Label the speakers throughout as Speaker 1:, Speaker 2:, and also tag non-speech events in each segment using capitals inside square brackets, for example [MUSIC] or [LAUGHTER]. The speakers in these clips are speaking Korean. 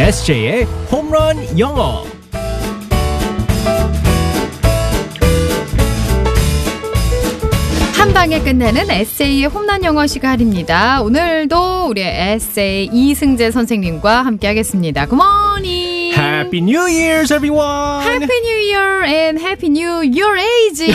Speaker 1: SJ의 홈런 영어.
Speaker 2: 한 방에 끝내는 에세이의 홈런 영어 시간입니다. 오늘도 우리 의 에세이 이승재 선생님과 함께하겠습니다. Good morning.
Speaker 1: Happy New Year's, everyone.
Speaker 2: 예. Happy New Year and Happy New
Speaker 1: [LAUGHS]
Speaker 2: Your Age.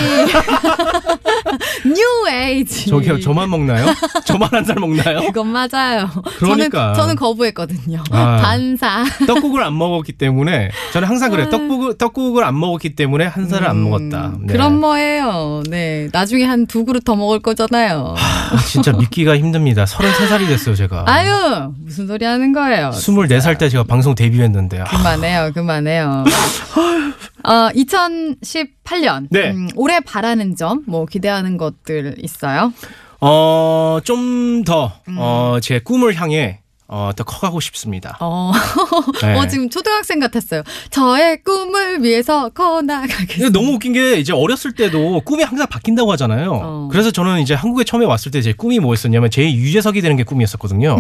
Speaker 2: New Age.
Speaker 1: 저기요, 저만
Speaker 2: [LAUGHS]
Speaker 1: 먹나요? 저만 한 살 먹나요?
Speaker 2: 그건 맞아요.
Speaker 1: 그러니까.
Speaker 2: 저는, 저는 거부했거든요.
Speaker 1: 아.
Speaker 2: 반사.
Speaker 1: 떡국을 안 먹었기 때문에 저는 항상 그래요. 떡국을 떡국을 안 먹었기 때문에 한 살을 안 먹었다.
Speaker 2: 아. 음,
Speaker 1: 네.
Speaker 2: 그런 뭐예요. 네. 나중에 한 두 그릇 더 먹을 거잖아요.
Speaker 1: 아, 진짜 믿기가 힘듭니다. 33살이 됐어요, 제가.
Speaker 2: 아유, 무슨 소리 하는 거예요.
Speaker 1: 24살 때 제가 방송 데뷔했는데. 아,
Speaker 2: 그만해요,
Speaker 1: [LAUGHS]
Speaker 2: 그만해요. 어, 2018년. 음,
Speaker 1: 네.
Speaker 2: 올해 바라는 점, 뭐, 기대하는 것들 있어요?
Speaker 1: 어, 좀 더,
Speaker 2: 음.
Speaker 1: 어, 제 꿈을 향해, 어, 더 커가고 싶습니다.
Speaker 2: 어,
Speaker 1: 네.
Speaker 2: 어, 지금 초등학생 같았어요. 저의 꿈을 위해서
Speaker 1: 이게
Speaker 2: 커나가겠습니다.
Speaker 1: 너무 웃긴 게 이제 어렸을 때도 꿈이 항상 바뀐다고 하잖아요.
Speaker 2: 어.
Speaker 1: 그래서 저는 이제 한국에 처음에 왔을 때 제 꿈이 뭐였었냐면 제 유재석이 되는 게
Speaker 2: [LAUGHS]
Speaker 1: 꿈이었었거든요.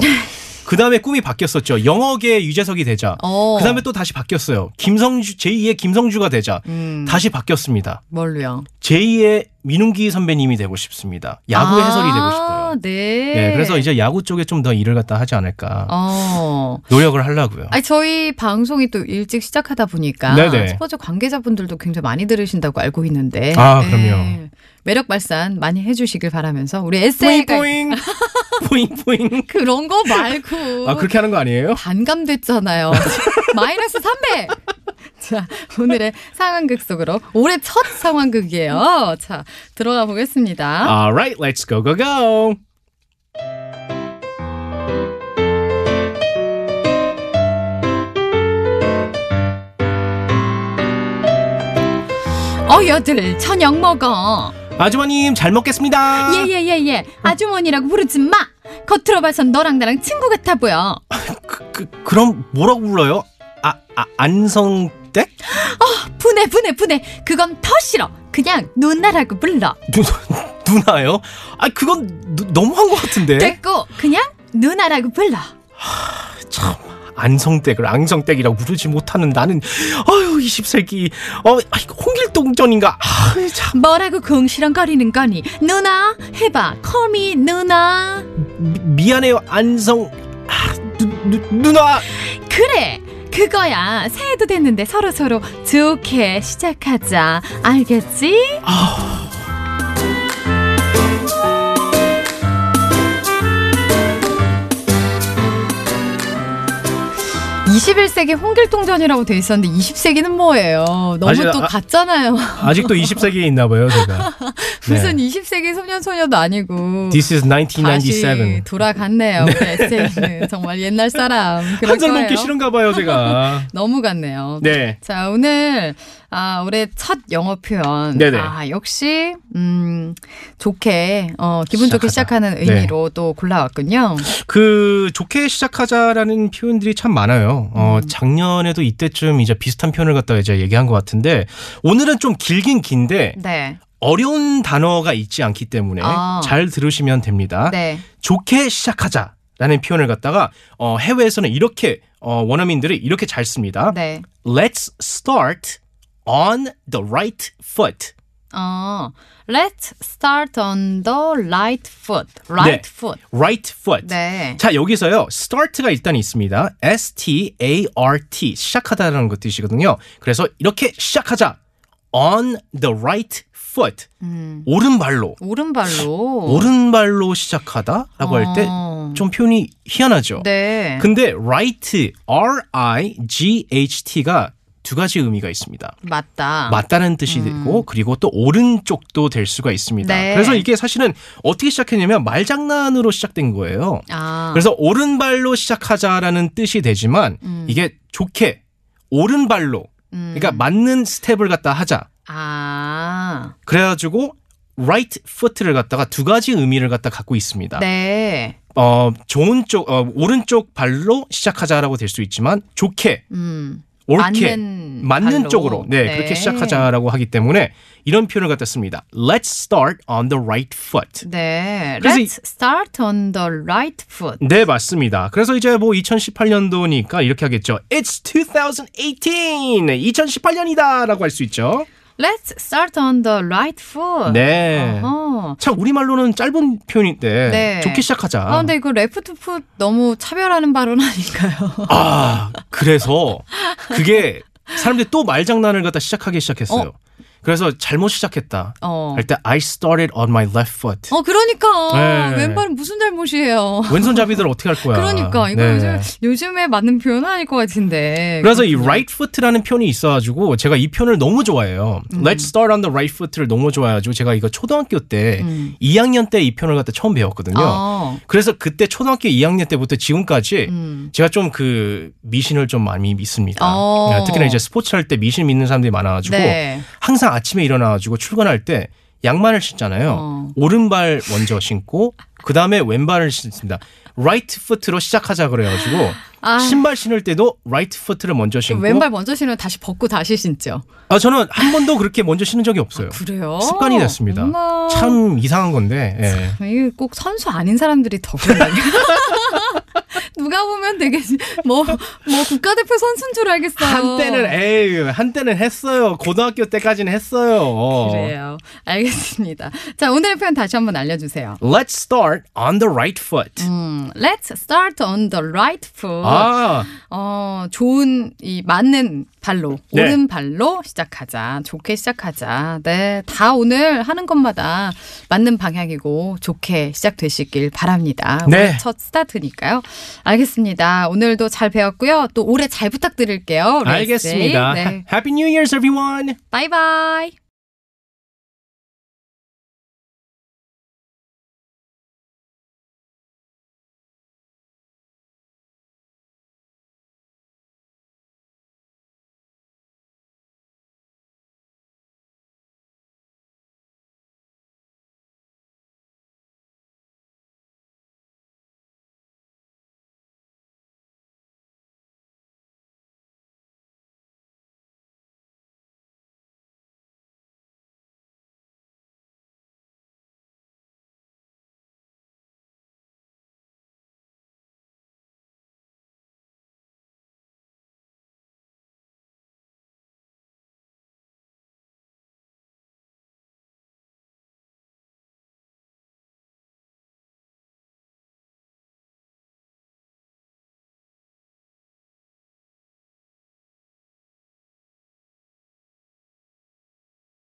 Speaker 1: 그 다음에 꿈이 바뀌었었죠. 영어계 유재석이 되자.
Speaker 2: 어.
Speaker 1: 그 다음에 또 다시 바뀌었어요. 김성주 제2의 김성주가 되자.
Speaker 2: 음,
Speaker 1: 다시 바뀌었습니다.
Speaker 2: 뭘로요?
Speaker 1: 제2의 민웅기 선배님이 되고 싶습니다. 야구
Speaker 2: 아,
Speaker 1: 해설이 되고 싶어요.
Speaker 2: 네.
Speaker 1: 네, 그래서 이제 야구 쪽에 좀 더 일을 갖다 하지 않을까
Speaker 2: 어.
Speaker 1: 노력을 하려고요.
Speaker 2: 아니 저희 방송이 또 일찍 시작하다 보니까
Speaker 1: 네네.
Speaker 2: 스포츠 관계자분들도 굉장히 많이 들으신다고 알고 있는데
Speaker 1: 아,
Speaker 2: 예.
Speaker 1: 그럼요.
Speaker 2: 매력 발산 많이 해주시길 바라면서 우리
Speaker 1: 뿌잉
Speaker 2: 에세이가
Speaker 1: 뿌잉
Speaker 2: [LAUGHS]
Speaker 1: 뿌잉 뿌잉.
Speaker 2: 그런 거 말고
Speaker 1: 아 그렇게 하는 거 아니에요?
Speaker 2: 반감됐잖아요. [LAUGHS] 마이너스 300. 자 오늘의 상황극 속으로 올해 첫 상황극이에요. 자 들어가 보겠습니다.
Speaker 1: Alright, let's go go go.
Speaker 2: 어여들 저녁 먹어.
Speaker 1: 아주머님 잘 먹겠습니다.
Speaker 2: 예예예예 아주머니라고 부르지 마. 겉으로 봐선 너랑 나랑 친구 같아 보여.
Speaker 1: 그, 그 그럼 뭐라고 불러요? 아, 아 안성댁?
Speaker 2: 분해 분해 분해 그건 더 싫어 그냥 누나라고 불러
Speaker 1: 누, 누나요? 아 그건 누- 너무한 것 같은데.
Speaker 2: 됐고 그냥 누나라고 불러
Speaker 1: 참 안성댁을 앙성댁이라고 부르지 못하는 나는 아유 20세기 어 아이고, 홍길동전인가 아참
Speaker 2: 뭐라고 궁시렁거리는 거니 누나 해봐 컴이 누나
Speaker 1: 미안해요 안성 아, 누, 누, 누나
Speaker 2: 그래 그거야 새해도 됐는데 서로서로 좋게 시작하자 알겠지? 이 21세기 홍길동전이라고 돼 있었는데 20세기는 뭐예요? 너무
Speaker 1: 아직,
Speaker 2: 또
Speaker 1: 아,
Speaker 2: 같잖아요.
Speaker 1: 아직도 20세기에 있나 봐요 제가
Speaker 2: [LAUGHS]
Speaker 1: 네.
Speaker 2: 무슨 20세기 소년 소녀도 아니고
Speaker 1: This is
Speaker 2: 다시
Speaker 1: 1997
Speaker 2: 돌아갔네요. 우리 에세이는 정말 옛날 사람 그런
Speaker 1: 한잔
Speaker 2: 거예요.
Speaker 1: 먹기 싫은가 봐요
Speaker 2: [LAUGHS]
Speaker 1: 제가
Speaker 2: 너무 같네요.
Speaker 1: 네
Speaker 2: 자, 오늘, 아, 올해 첫 영어 표현.
Speaker 1: 네네.
Speaker 2: 아, 역시, 음, 좋게, 어, 기분 좋게
Speaker 1: 시작하자. 네.
Speaker 2: 시작하는 의미로 또 골라왔군요.
Speaker 1: 그 좋게 시작하자라는 표현들이 참 많아요. 어,
Speaker 2: 음.
Speaker 1: 작년에도 이때쯤 이제 비슷한 표현을 갖다가 이제 얘기한 것 같은데 오늘은 좀 길긴 긴데
Speaker 2: 네.
Speaker 1: 어려운 단어가 있지 않기 때문에
Speaker 2: 아.
Speaker 1: 잘 들으시면 됩니다.
Speaker 2: 네.
Speaker 1: 좋게 시작하자라는 표현을 갖다가 어, 해외에서는 이렇게 어, 원어민들이 이렇게 잘 씁니다.
Speaker 2: 네.
Speaker 1: Let's start on the right foot.
Speaker 2: 어, let's start on the right foot. Right
Speaker 1: 네.
Speaker 2: foot.
Speaker 1: Right foot.
Speaker 2: 네.
Speaker 1: 자 여기서요 start가 일단 있습니다 S T A R T 시작하다라는 것 뜻이거든요 그래서 이렇게 시작하자 on the right foot
Speaker 2: 음,
Speaker 1: 오른발로
Speaker 2: 오른발로.
Speaker 1: 오른발로 시작하다라고 할 때 좀
Speaker 2: 어.
Speaker 1: 표현이 희한하죠
Speaker 2: 네.
Speaker 1: 근데 right R I G H T가 두 가지 의미가 있습니다
Speaker 2: 맞다.
Speaker 1: 맞다는 뜻이 되고 그리고 또 오른쪽도 될 수가 있습니다
Speaker 2: 음. 네.
Speaker 1: 그래서 이게 사실은 어떻게 시작했냐면 말장난으로 시작된 거예요
Speaker 2: 아.
Speaker 1: 그래서 오른발로 시작하자라는 뜻이 되지만 이게 좋게 오른발로
Speaker 2: 음.
Speaker 1: 그러니까 맞는 스텝을 갖다 하자.
Speaker 2: 아.
Speaker 1: 그래가지고 right foot를 갖다가 두 가지 의미를 갖다 갖고 있습니다.
Speaker 2: 네.
Speaker 1: 어 좋은 쪽 어, 오른쪽 발로 시작하자라고 될 수 있지만 좋게
Speaker 2: 음.
Speaker 1: 옳게
Speaker 2: 맞는 발로.
Speaker 1: 쪽으로 네, 그렇게 시작하자라고 하기 때문에 이런 표현을 갖다 씁니다. Let's start on the right foot.
Speaker 2: 네.
Speaker 1: 그래서
Speaker 2: Let's start on the right foot.
Speaker 1: 네, 맞습니다. 그래서 이제 뭐 2018년도니까 이렇게 하겠죠. It's 2018. 2018년이다라고 할 수 있죠.
Speaker 2: Let's start on the right foot.
Speaker 1: 네.
Speaker 2: 아. 어허.
Speaker 1: 참 우리말로는 짧은 표현인데
Speaker 2: 네.
Speaker 1: 좋게 시작하자.
Speaker 2: 아, 근데 이거 레프트 풋 너무 차별하는 발언 아닌가요? [LAUGHS]
Speaker 1: 아, 그래서 그게 사람들이 또 말장난을 갖다 시작하기 시작했어요. 그래서 잘못 시작했다.
Speaker 2: 어.
Speaker 1: 할 때 I started on my left foot.
Speaker 2: 어, 그러니까.
Speaker 1: 아, 네.
Speaker 2: 왼발은 무슨 잘못이에요.
Speaker 1: 왼손잡이들 어떻게 할 거야?
Speaker 2: 그러니까. 이거
Speaker 1: 네.
Speaker 2: 요즘, 요즘에 맞는 표현은 아닐 것 같은데.
Speaker 1: 그래서 이 right foot라는 표현이 있어가지고 제가 이 표현을 너무 좋아해요.
Speaker 2: 음.
Speaker 1: Let's start on the right foot를 너무 좋아해가지고 제가 이거 초등학교 때
Speaker 2: 음.
Speaker 1: 2학년 때 이 표현을 갖다 처음 배웠거든요.
Speaker 2: 어.
Speaker 1: 그래서 그때 초등학교 2학년 때부터 지금까지
Speaker 2: 음.
Speaker 1: 제가 좀 그 미신을 좀 많이 믿습니다.
Speaker 2: 어.
Speaker 1: 네, 특히나 이제 스포츠 할 때 미신 믿는 사람들이 많아가지고
Speaker 2: 네.
Speaker 1: 항상 아침에 일어나가지고 출근할 때 양말을 신잖아요.
Speaker 2: 어.
Speaker 1: 오른발 먼저 신고 그 다음에 왼발을 신습니다. 라이트 푸트로 시작하자 그래가지고
Speaker 2: 아.
Speaker 1: 신발 신을 때도 라이트 푸트를 먼저 신고
Speaker 2: 왼발 먼저 신으면 다시 벗고 다시 신죠.
Speaker 1: 아 저는 한 번도 그렇게 먼저 신은 적이 없어요.
Speaker 2: 아, 그래요?
Speaker 1: 습관이 됐습니다.
Speaker 2: 어머.
Speaker 1: 참 이상한 건데. 예.
Speaker 2: 이게 꼭 선수 아닌 사람들이 더 그런다. [LAUGHS] 누가 보면 되게 뭐 뭐 국가대표 선수인 줄 알겠어요.
Speaker 1: 한때는 에이 한때는 했어요. 고등학교 때까지는 했어요. 어.
Speaker 2: 그래요. 알겠습니다. 자 오늘의 표현 다시 한번 알려주세요.
Speaker 1: Let's start on the right foot.
Speaker 2: 음, let's start on the right foot.
Speaker 1: 아
Speaker 2: 어, 좋은 이 맞는 발로
Speaker 1: 네.
Speaker 2: 오른 발로 시작하자. 좋게 시작하자. 네, 다 오늘 하는 것마다 맞는 방향이고 좋게 시작되시길 바랍니다.
Speaker 1: 네.
Speaker 2: 오늘 첫 스타트니까요. 알겠습니다. 오늘도 잘 배웠고요. 또 올해 잘 부탁드릴게요. 우리 에세이.
Speaker 1: 알겠습니다.
Speaker 2: 네,
Speaker 1: Happy New Year's everyone.
Speaker 2: 바이바이.